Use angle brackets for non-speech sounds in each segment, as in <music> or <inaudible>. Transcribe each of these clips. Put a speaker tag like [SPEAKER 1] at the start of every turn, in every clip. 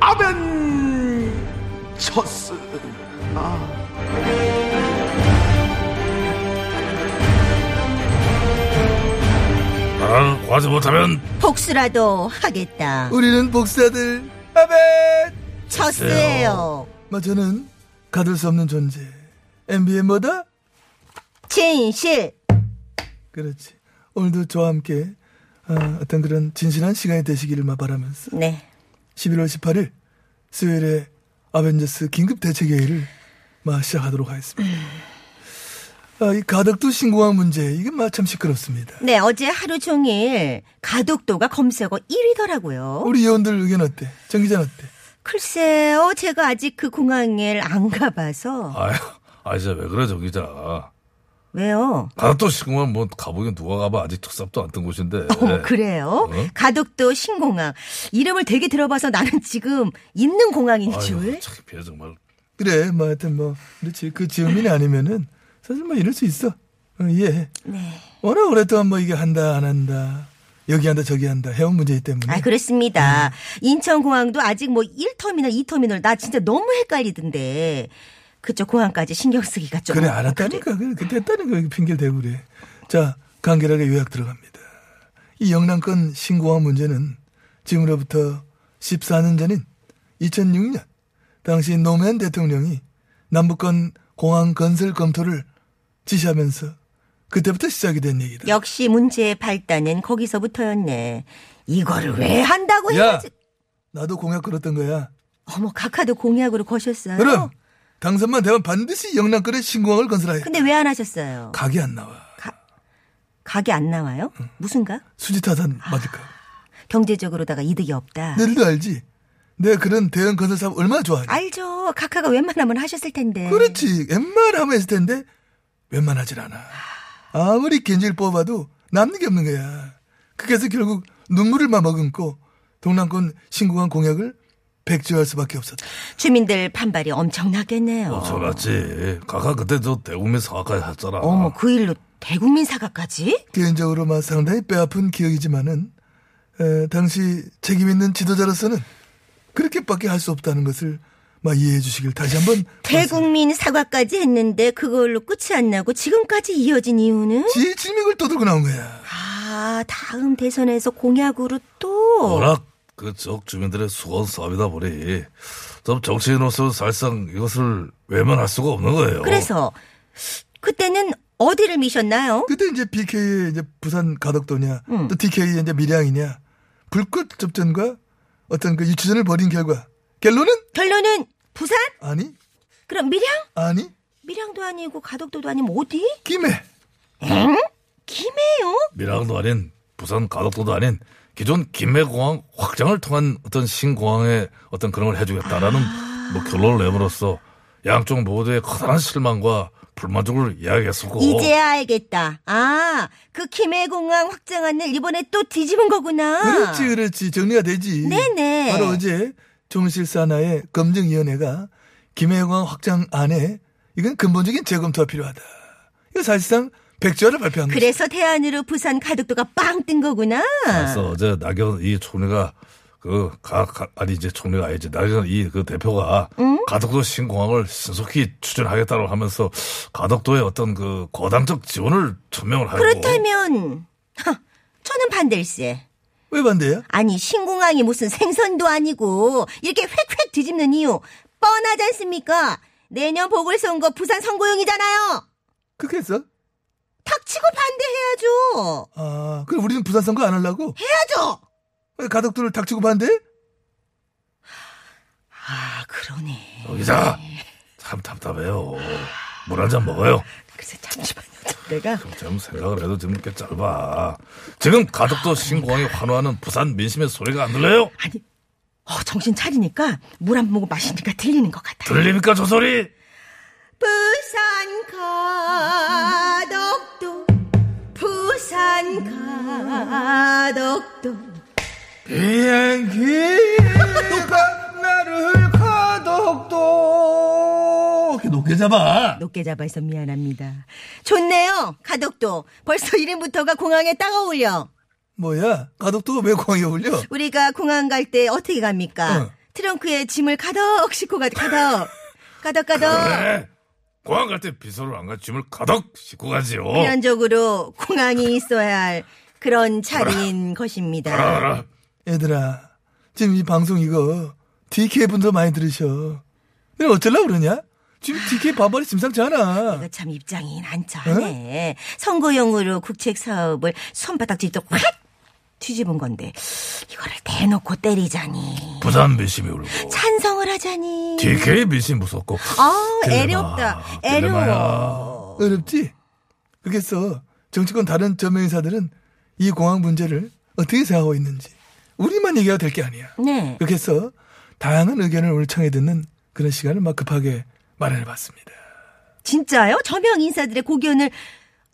[SPEAKER 1] 아벤처스.
[SPEAKER 2] 나라를 구하지 못하면
[SPEAKER 3] 복수라도 하겠다.
[SPEAKER 4] 우리는 복사들
[SPEAKER 3] 첫스예요.
[SPEAKER 4] 마뭐 저는 가둘 수 없는 존재 MB의 뭐다?
[SPEAKER 3] 진실.
[SPEAKER 4] 그렇지 오늘도 저와 함께 어, 어떤 그런 진실한 시간이 되시기를 마 바라면서
[SPEAKER 3] 네.
[SPEAKER 4] 11월 18일 수요일에 아벤져스 긴급 대책회의를 마 시작하도록 하겠습니다 아, 이 가덕도 신공항 문제 이게 마 참 시끄럽습니다
[SPEAKER 3] 네, 어제 하루 종일 가덕도가 검색어 1위더라고요.
[SPEAKER 4] 우리 예원들 의견 어때? 정 기자는 어때?
[SPEAKER 3] 글쎄요, 제가 아직 그 공항에 안 가봐서.
[SPEAKER 2] 아유 아 진짜 왜 그래 정 기자
[SPEAKER 3] 왜요?
[SPEAKER 2] 가덕도 시공항 뭐 가보긴 누가 가봐 아직 척삽도 안 뜬 곳인데
[SPEAKER 3] <laughs>
[SPEAKER 4] 네.
[SPEAKER 3] 어, 그래요? 가덕도 신공항. 이름을 되게 들어봐서 나는 지금 있는 공항인
[SPEAKER 2] 아유
[SPEAKER 3] 줄.
[SPEAKER 2] 창피해 정말
[SPEAKER 4] 그래 뭐 하여튼 뭐 그렇지 그 지음민이 아니면은 사실 뭐 이럴 수 있어 어, 이해해
[SPEAKER 3] 네.
[SPEAKER 4] 워낙 오랫동안 뭐 이게 한다 안 한다 여기 한다 저기 한다 해온 문제이기 때문에
[SPEAKER 3] 아, 그렇습니다. 인천공항도 아직 뭐 1터미널, 2터미널, 나 진짜 너무 헷갈리던데. 그쪽 공항까지 신경 쓰기가 좀.
[SPEAKER 4] 래 알았다니까 그래 그때 했다는 거 핑계를 대고 그래 자 간결하게 요약 들어갑니다 이 영남권 신공항 문제는 지금으로부터 14년 전인 2006년 당시 노무현 대통령이 남북권 공항 건설 검토를 지시하면서 그때부터 시작이 된 얘기다
[SPEAKER 3] 역시 문제의 발단은 거기서부터였네. 이거를 왜 한다고
[SPEAKER 4] 야!
[SPEAKER 3] 해야지.
[SPEAKER 4] 나도 공약 걸었던 거야
[SPEAKER 3] 어머, 각하도 공약으로 거셨어요.
[SPEAKER 4] 그럼 당선만 되면 반드시 영남권에 신공항을 건설하여
[SPEAKER 3] 근데 왜 안 하셨어요?
[SPEAKER 4] 각이 안 나와
[SPEAKER 3] 각이 안 나와요? 무슨가?
[SPEAKER 4] 수지타산
[SPEAKER 3] 아.
[SPEAKER 4] 맞을까
[SPEAKER 3] 경제적으로다가 이득이 없다.
[SPEAKER 4] 너희들도 알지? 내가 그런 대형 건설 사업 얼마나 좋아하니?
[SPEAKER 3] 알죠. 각하가 웬만하면 하셨을 텐데.
[SPEAKER 4] 그렇지. 웬만하면 했을 텐데 웬만하질 않아. 아무리 견제를 뽑아도 남는 게 없는 거야. 그래서 결국 눈물을 막 머금고 동남권 신공항 공약을 백지화할 수밖에 없었다.
[SPEAKER 3] 주민들 반발이 엄청나겠네요.
[SPEAKER 2] 엄청났지 가까 그때 저 대국민 사과까지 했잖아
[SPEAKER 3] 어머, 그 일로 대국민 사과까지?
[SPEAKER 4] 개인적으로 막 상당히 뼈아픈 기억이지만은 에, 당시 책임 있는 지도자로서는 그렇게밖에 할 수 없다는 것을 막 이해해 주시길 다시 한번
[SPEAKER 3] 대국민 사과까지 했는데 그걸로 끝이 안 나고 지금까지 이어진 이유는?
[SPEAKER 4] 지의 질명을 떠들고 나온 거야.
[SPEAKER 3] 아, 다음 대선에서 공약으로 또.
[SPEAKER 2] 워낙 그 적 주민들의 수건 싸움이다 보니 좀 정치인으로서 사실상 이것을 외면할 수가 없는 거예요
[SPEAKER 3] 그래서 그때는 어디를 미셨나요?
[SPEAKER 4] 그때 이제 BK의 이제 부산 가덕도냐,
[SPEAKER 3] 음.
[SPEAKER 4] 또 DK의 이제 밀양이냐, 불꽃 접전과 어떤 그 유치전을 벌인 결과, 결론은
[SPEAKER 3] 결론은 부산?
[SPEAKER 4] 아니,
[SPEAKER 3] 그럼 밀양?
[SPEAKER 4] 아니,
[SPEAKER 3] 밀양도 아니고 가덕도도 아니면 어디?
[SPEAKER 4] 김해.
[SPEAKER 3] 김해요?
[SPEAKER 2] 밀양도 아닌 부산 가덕도도 아닌 기존 김해공항 확장을 통한 어떤 신공항의 어떤 그런 걸 해주겠다라는 뭐 결론을 내므로써 양쪽 모두의 커다란 실망과 불만족을
[SPEAKER 3] 어?
[SPEAKER 2] 이야기했었고
[SPEAKER 3] 이제야 알겠다. 아, 그 김해공항 확장안을 이번에 또 뒤집은 거구나.
[SPEAKER 4] 그렇지, 그렇지. 정리가 되지.
[SPEAKER 3] 네네.
[SPEAKER 4] 바로 어제 종실사나의 검증위원회가 김해공항 확장 안에 이건 근본적인 재검토가 필요하다. 이거 사실상 백지화를 발표한 거죠.
[SPEAKER 3] 그래서 대안으로 부산 가덕도가 빵 뜬 거구나.
[SPEAKER 2] 그래서 어제 나경 이 총리가 그 가, 가- 아니 이제 총리가 아니지 나경 이 그 대표가 가덕도 신공항을 신속히 추진하겠다고 하면서 가덕도의 어떤 그 거당적 지원을 천명을 하고
[SPEAKER 3] 그렇다면 하, 저는 반댈세.
[SPEAKER 4] 왜 반대야?
[SPEAKER 3] 아니 신공항이 무슨 생선도 아니고 이렇게 획획 뒤집는 이유 뻔하지 않습니까? 내년 보궐선거 부산 선거용이잖아요.
[SPEAKER 4] 그렇게 했어?
[SPEAKER 3] 탁치고 반대해야죠.
[SPEAKER 4] 아, 그럼 우리는 부산 선거 안 하려고?
[SPEAKER 3] 해야죠.
[SPEAKER 4] 왜 가덕도를 닥치고 반대?
[SPEAKER 3] 아 그러네.
[SPEAKER 2] 여기자 참 답답해요 물 한 잔 먹어요
[SPEAKER 3] 그래서 잠시만요. 내가
[SPEAKER 2] 지금 생각을 해도 지금 꽤 짧아 지금 가덕도 신공항이 환호하는 부산 민심의 소리가 안 들려요?
[SPEAKER 3] 아니 어, 정신 차리니까 물 한 모금 마시니까 들리는 것 같아.
[SPEAKER 2] 들립니까 저 소리?
[SPEAKER 3] 부산 가덕도 부산 가덕도
[SPEAKER 4] 비행기가 나를 가덕도 이렇게 높게 잡아
[SPEAKER 3] 높게 잡아서 미안합니다. 좋네요 가덕도 벌써 이름부터가 공항에 따가 올려.
[SPEAKER 4] 뭐야 가덕도가 왜 공항에 올려
[SPEAKER 3] 우리가 공항 갈 때 어떻게 갑니까?
[SPEAKER 4] 응.
[SPEAKER 3] 트렁크에 짐을 가덕 싣고 가 가덕 가덕 가덕.
[SPEAKER 2] 그래. 네. 공항 갈 때 비서를 안 가 짐을 가득 싣고 가지요.
[SPEAKER 3] 필연적으로 공항이 있어야 할
[SPEAKER 4] 아.
[SPEAKER 3] 그런 차린 것입니다.
[SPEAKER 2] 알아.
[SPEAKER 4] 얘들아 지금 이 방송 이거 DK 분도 많이 들으셔 근데 어쩌려고 그러냐 지금 DK 바벌이 심상치 않아
[SPEAKER 3] 이거 참 입장이
[SPEAKER 4] 어?
[SPEAKER 3] 난처하네. 선거용으로 국책 사업을 손바닥질도 확 뒤집은 건데 이거를 대놓고 때리자니
[SPEAKER 2] 부산 미심이 울고
[SPEAKER 3] 찬성을 하자니
[SPEAKER 2] DK 미심 무섭고.
[SPEAKER 3] 아
[SPEAKER 2] 딜레마,
[SPEAKER 3] 애렵다
[SPEAKER 2] 딜레마야.
[SPEAKER 3] 애려워
[SPEAKER 4] 어렵지 그래서 정치권 다른 저명인사들은 이 공항 문제를 어떻게 생각하고 있는지 우리만 얘기가 될 게 아니야
[SPEAKER 3] 네
[SPEAKER 4] 그렇게 해서 다양한 의견을 오늘 청해 듣는 그런 시간을 막 급하게 마련해봤습니다
[SPEAKER 3] 진짜요 저명 인사들의 고견을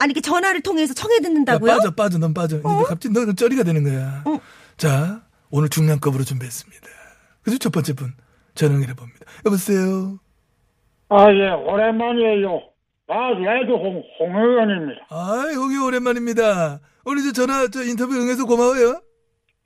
[SPEAKER 3] 아니 이렇게 전화를 통해서 청해
[SPEAKER 4] 야,
[SPEAKER 3] 듣는다고요
[SPEAKER 4] 빠져 빠져 넌 빠져 이제 너 갑자기 너는 쩌리가 되는 거야 자 오늘 중량급으로 준비했습니다 그래서 첫 번째 분 전화를 해봅니다 여보세요
[SPEAKER 5] 아, 예, 오랜만이에요. 나 레드 홍, 홍 의원입니다.
[SPEAKER 4] 아 여기 오랜만입니다 오늘 저 전화 저 인터뷰 응해서 고마워요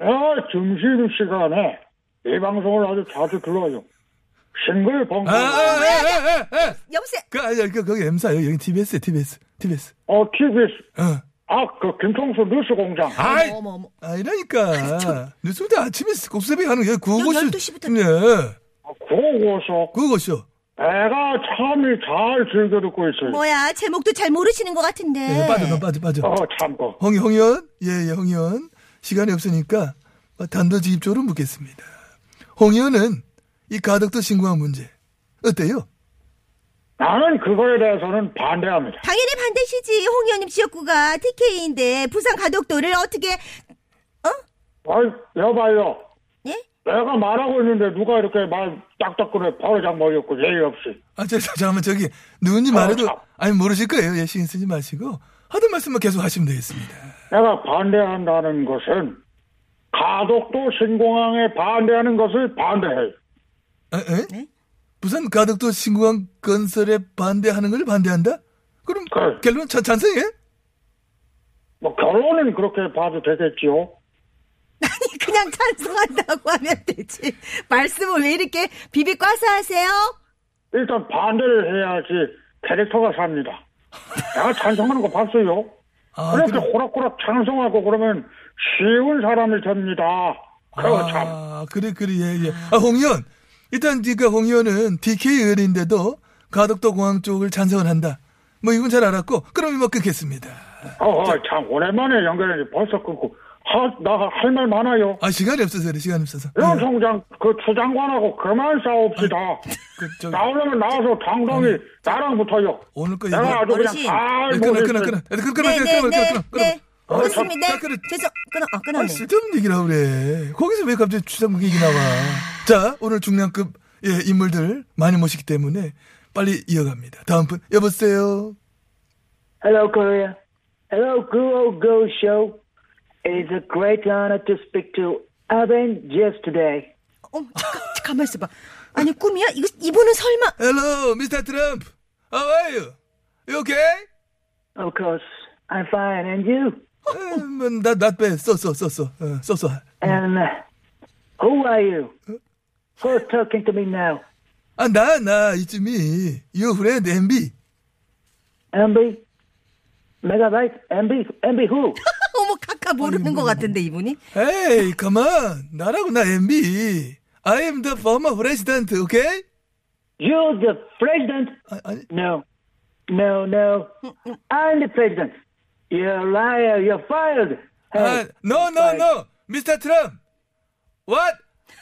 [SPEAKER 5] 아, 점심 시간에 이 방송을 아주 자주 들어요. 싱글
[SPEAKER 4] 아,
[SPEAKER 5] 방송.
[SPEAKER 4] 아, 아, 아, 아, 아.
[SPEAKER 3] 여보세요
[SPEAKER 4] 그 아니야 그 거기 M사 여기, 여기 TBS에 TBS TBS
[SPEAKER 5] 어, TBS.
[SPEAKER 4] 어
[SPEAKER 5] 아, 그 김통수 뉴스 공장.
[SPEAKER 2] 아이
[SPEAKER 3] 어머 어머
[SPEAKER 4] 아니라니까 뉴스부터 아침에 꼭새벽에 하는 게
[SPEAKER 3] 여-
[SPEAKER 4] 구호고쇼
[SPEAKER 3] 12시 부터.
[SPEAKER 4] 예
[SPEAKER 5] 그거서
[SPEAKER 4] 구호고쇼
[SPEAKER 5] 애가 참이 잘 즐겨 듣고 있어요.
[SPEAKER 3] 뭐야 제목도 잘 모르시는 것 같은데
[SPEAKER 4] 예, 빠져 너 빠져 빠져
[SPEAKER 5] 어, 참고.
[SPEAKER 4] 홍, 홍 의원? 예, 예, 홍 의원. 시간이 없으니까 뭐 단도직입적으로 묻겠습니다. 홍 의원은 이 가덕도 신공항 문제 어때요?
[SPEAKER 5] 나는 그거에 대해서는 반대합니다.
[SPEAKER 3] 당연히 반대시지. 홍 의원님 지역구가 TK인데 부산 가덕도를 어떻게
[SPEAKER 5] 어, 여봐요.
[SPEAKER 3] 예?
[SPEAKER 5] 내가 말하고 있는데 누가 이렇게 말 딱딱거려 버르장 머리였고 예의 없이.
[SPEAKER 4] 아, 저, 저, 잠깐만, 저기, 누군지 말해도,
[SPEAKER 5] 어, 참.
[SPEAKER 4] 아니, 모르실 거예요. 예, 신경 쓰지 마시고. 하던 말씀만 계속 하시면 되겠습니다.
[SPEAKER 5] 내가 반대한다는 것은 가덕도 신공항에 반대하는 것을 반대해.
[SPEAKER 4] 아, 에? 부산 가덕도 신공항 건설에 반대하는 걸 반대한다? 그럼
[SPEAKER 5] 그.
[SPEAKER 4] 결론 찬, 찬성해?
[SPEAKER 5] 뭐 결론은 그렇게 봐도 되겠지요.
[SPEAKER 3] 아니 그냥 찬성한다고 하면 되지. 말씀을 왜 이렇게 비비과사 하세요?
[SPEAKER 5] 일단 반대를 해야지 캐릭터가 삽니다. 내가 찬성하는 거 봤어요.
[SPEAKER 4] 아,
[SPEAKER 5] 그렇게
[SPEAKER 4] 그럼-
[SPEAKER 5] 호락호락 찬성하고 그러면 쉬운 사람을 됩니다. 그리고 참
[SPEAKER 4] 아, 그래, 그래, 예, 예. 아, 홍 의원. 일단, 그니까 홍 의원은 DK 의원인데도 가덕도 공항 쪽을 찬성을 한다. 뭐, 이건 잘 알았고, 그럼 이만 끊겠습니다.
[SPEAKER 5] 어허 참 오랜만에 연결했는데 벌써 끊고 나 할 말 많아요.
[SPEAKER 4] 아, 시간이 없어서 그래, 시간이 없어서.
[SPEAKER 5] 영
[SPEAKER 4] 예.
[SPEAKER 5] 총장 그 추장관하고 그만 싸웁시다.
[SPEAKER 4] 그, 저,
[SPEAKER 5] 나오려면 나와서 당당히 나랑 붙어요.
[SPEAKER 4] 오늘 거 이거.
[SPEAKER 5] 내가 아주 그냥
[SPEAKER 3] 어르신.
[SPEAKER 5] 다
[SPEAKER 4] 예,
[SPEAKER 5] 모르
[SPEAKER 4] 끊어, 끊어, 끊어. 끊어, 끊어, 끊어,
[SPEAKER 3] 네네네
[SPEAKER 4] 아, 끊어,
[SPEAKER 3] 네.
[SPEAKER 4] 끊어, 끊어.
[SPEAKER 3] 네.
[SPEAKER 4] 아,
[SPEAKER 3] 그렇습니다.
[SPEAKER 4] 아, 그래.
[SPEAKER 3] 죄송 끊어 어
[SPEAKER 4] 아,
[SPEAKER 3] 끊었네.
[SPEAKER 4] 쓸데없는 얘기라 그래. 거기서 왜 갑자기 추상국 얘기 나와. 자, 오늘 중량급, 예, 인물들 많이 모시기 때문에 빨리 이어갑니다. 다음 분, 여보세요.
[SPEAKER 6] Hello, Korea. Hello, Guo Go Show. It is a great honor to speak to Aben just today.
[SPEAKER 3] 어 잠깐 가만 있어봐. 아니 꿈이야? 이거 이분은 설마 <laughs>
[SPEAKER 4] Hello, Mr. Trump. How are you? You okay?
[SPEAKER 6] Of course, I'm fine, and you?
[SPEAKER 4] 음, 나, 나 빼. 써, 써, 써, 써. 어, 써, 써.
[SPEAKER 6] And uh, who are you? Who's talking to me now?
[SPEAKER 4] 아, 나, 나, 이쯤이. You friend, MB.
[SPEAKER 6] MB? Megabyte? MB? MB who?
[SPEAKER 3] 어머 카카 모르는
[SPEAKER 4] 뭐.
[SPEAKER 3] 것 같은데 이분이?
[SPEAKER 4] Hey, come on. 나라고, 나 MB. I am the former president, okay?
[SPEAKER 6] You're the president?
[SPEAKER 4] 아, 아니,
[SPEAKER 6] No. No, no. I'm the president. You're a liar. You're fired.
[SPEAKER 4] 아,
[SPEAKER 6] Hey,
[SPEAKER 4] no, no, no. Mr. Trump. What?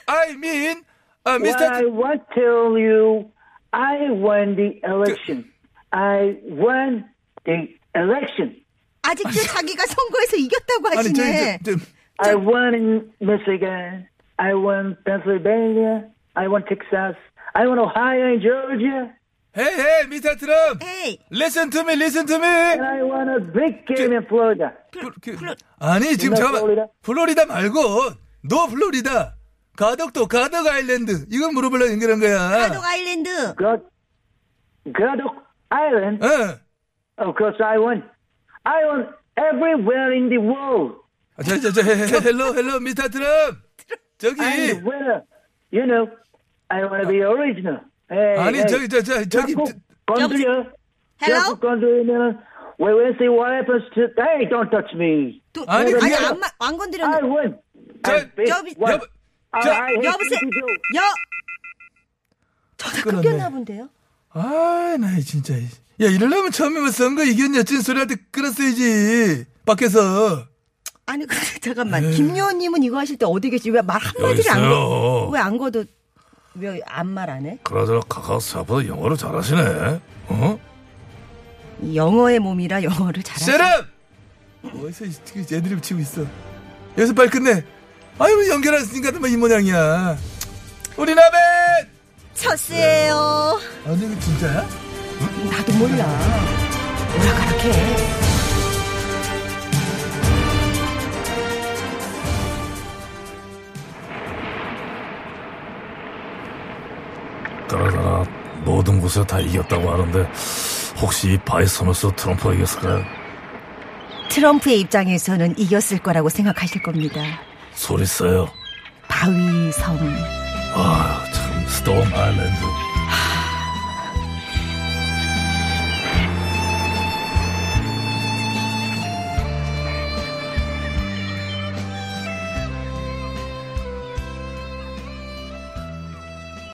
[SPEAKER 4] I mean,
[SPEAKER 2] 아,
[SPEAKER 4] uh, Mr.
[SPEAKER 6] Well, I want to tell you, I won the election. I won the election.
[SPEAKER 3] 아직도 자기가 선거에서 이겼다고
[SPEAKER 4] 아니, 저기,
[SPEAKER 3] 하시네.
[SPEAKER 4] 저, 저,
[SPEAKER 6] I won in Michigan.
[SPEAKER 5] I want Pennsylvania. I want Texas. I want Ohio and Georgia.
[SPEAKER 2] 헤이 헤이 미스터 트럼프
[SPEAKER 3] 에이,
[SPEAKER 2] listen to me listen to me
[SPEAKER 5] And I want a big game in Florida.
[SPEAKER 2] 그- 그-
[SPEAKER 3] 플로,
[SPEAKER 4] 아니 지금
[SPEAKER 5] 옛날
[SPEAKER 4] 잠깐만
[SPEAKER 5] 플로리다?
[SPEAKER 3] 어,
[SPEAKER 4] 플로리다 말고 노 플로리다 가덕도 가덕 아일랜드 이걸 물어보려 연결한
[SPEAKER 3] 파독
[SPEAKER 4] 거야.
[SPEAKER 3] 아일랜드.
[SPEAKER 5] God, God Island.
[SPEAKER 4] 어.
[SPEAKER 5] Of course, I want. I want everywhere in the world.
[SPEAKER 4] 저저저 헬로 헬로 미스터 트럼프 저기
[SPEAKER 5] I'm the winner. You know, I want to be original. Hey,
[SPEAKER 4] 아니
[SPEAKER 5] hey.
[SPEAKER 4] 저기 저 저 저기
[SPEAKER 5] 자꾸 건드려.
[SPEAKER 3] Hello?
[SPEAKER 5] 자꾸 건드리면 we will see what happens to. Hey, don't touch me.
[SPEAKER 3] 또-
[SPEAKER 4] 아니,
[SPEAKER 3] 아니,
[SPEAKER 4] 그게-
[SPEAKER 3] 안, 마- 안 건드렸네.
[SPEAKER 5] I win.
[SPEAKER 4] 저-
[SPEAKER 3] 저기-
[SPEAKER 5] 여,
[SPEAKER 4] 여보- 저-
[SPEAKER 3] 여보세요. 여. 전화
[SPEAKER 4] 끊었네.
[SPEAKER 3] 끊겼나 본데요.
[SPEAKER 4] 아나 진짜 야 이러려면 처음에 뭐 선거 이겼냐 찐 소리한테 끌었어야지 밖에서
[SPEAKER 3] 아니 근데 잠깐만
[SPEAKER 4] 네.
[SPEAKER 3] 김요원님은 이거 하실 때 어디 계시? 왜 말
[SPEAKER 2] 여기
[SPEAKER 3] 한마디를 안 거?
[SPEAKER 2] 있어요
[SPEAKER 3] 왜안 거도 왜 안 말 안 해?
[SPEAKER 2] 그러자 카카오 생각보다 영어를 잘하시네 어?
[SPEAKER 3] 이 영어의 몸이라 영어를 잘하는.
[SPEAKER 4] 셋업 어디서 애드립 치고 있어 여기서 빨리 끝내 아유 연결했으니까 뭐이 모양이야 우리 나벤
[SPEAKER 3] 첫스예요.
[SPEAKER 4] 아니 이거 진짜야?
[SPEAKER 3] 나도 몰라. 오락가락해.
[SPEAKER 2] 따라따라 모든 곳에 다 이겼다고 하는데 혹시 이 바이선에서 트럼프가 이겼을까요?
[SPEAKER 3] 트럼프의 입장에서는 이겼을 거라고 생각하실 겁니다.
[SPEAKER 2] 소리 써요 아,
[SPEAKER 3] 바위 섬.
[SPEAKER 2] 아참 스톰 아일랜드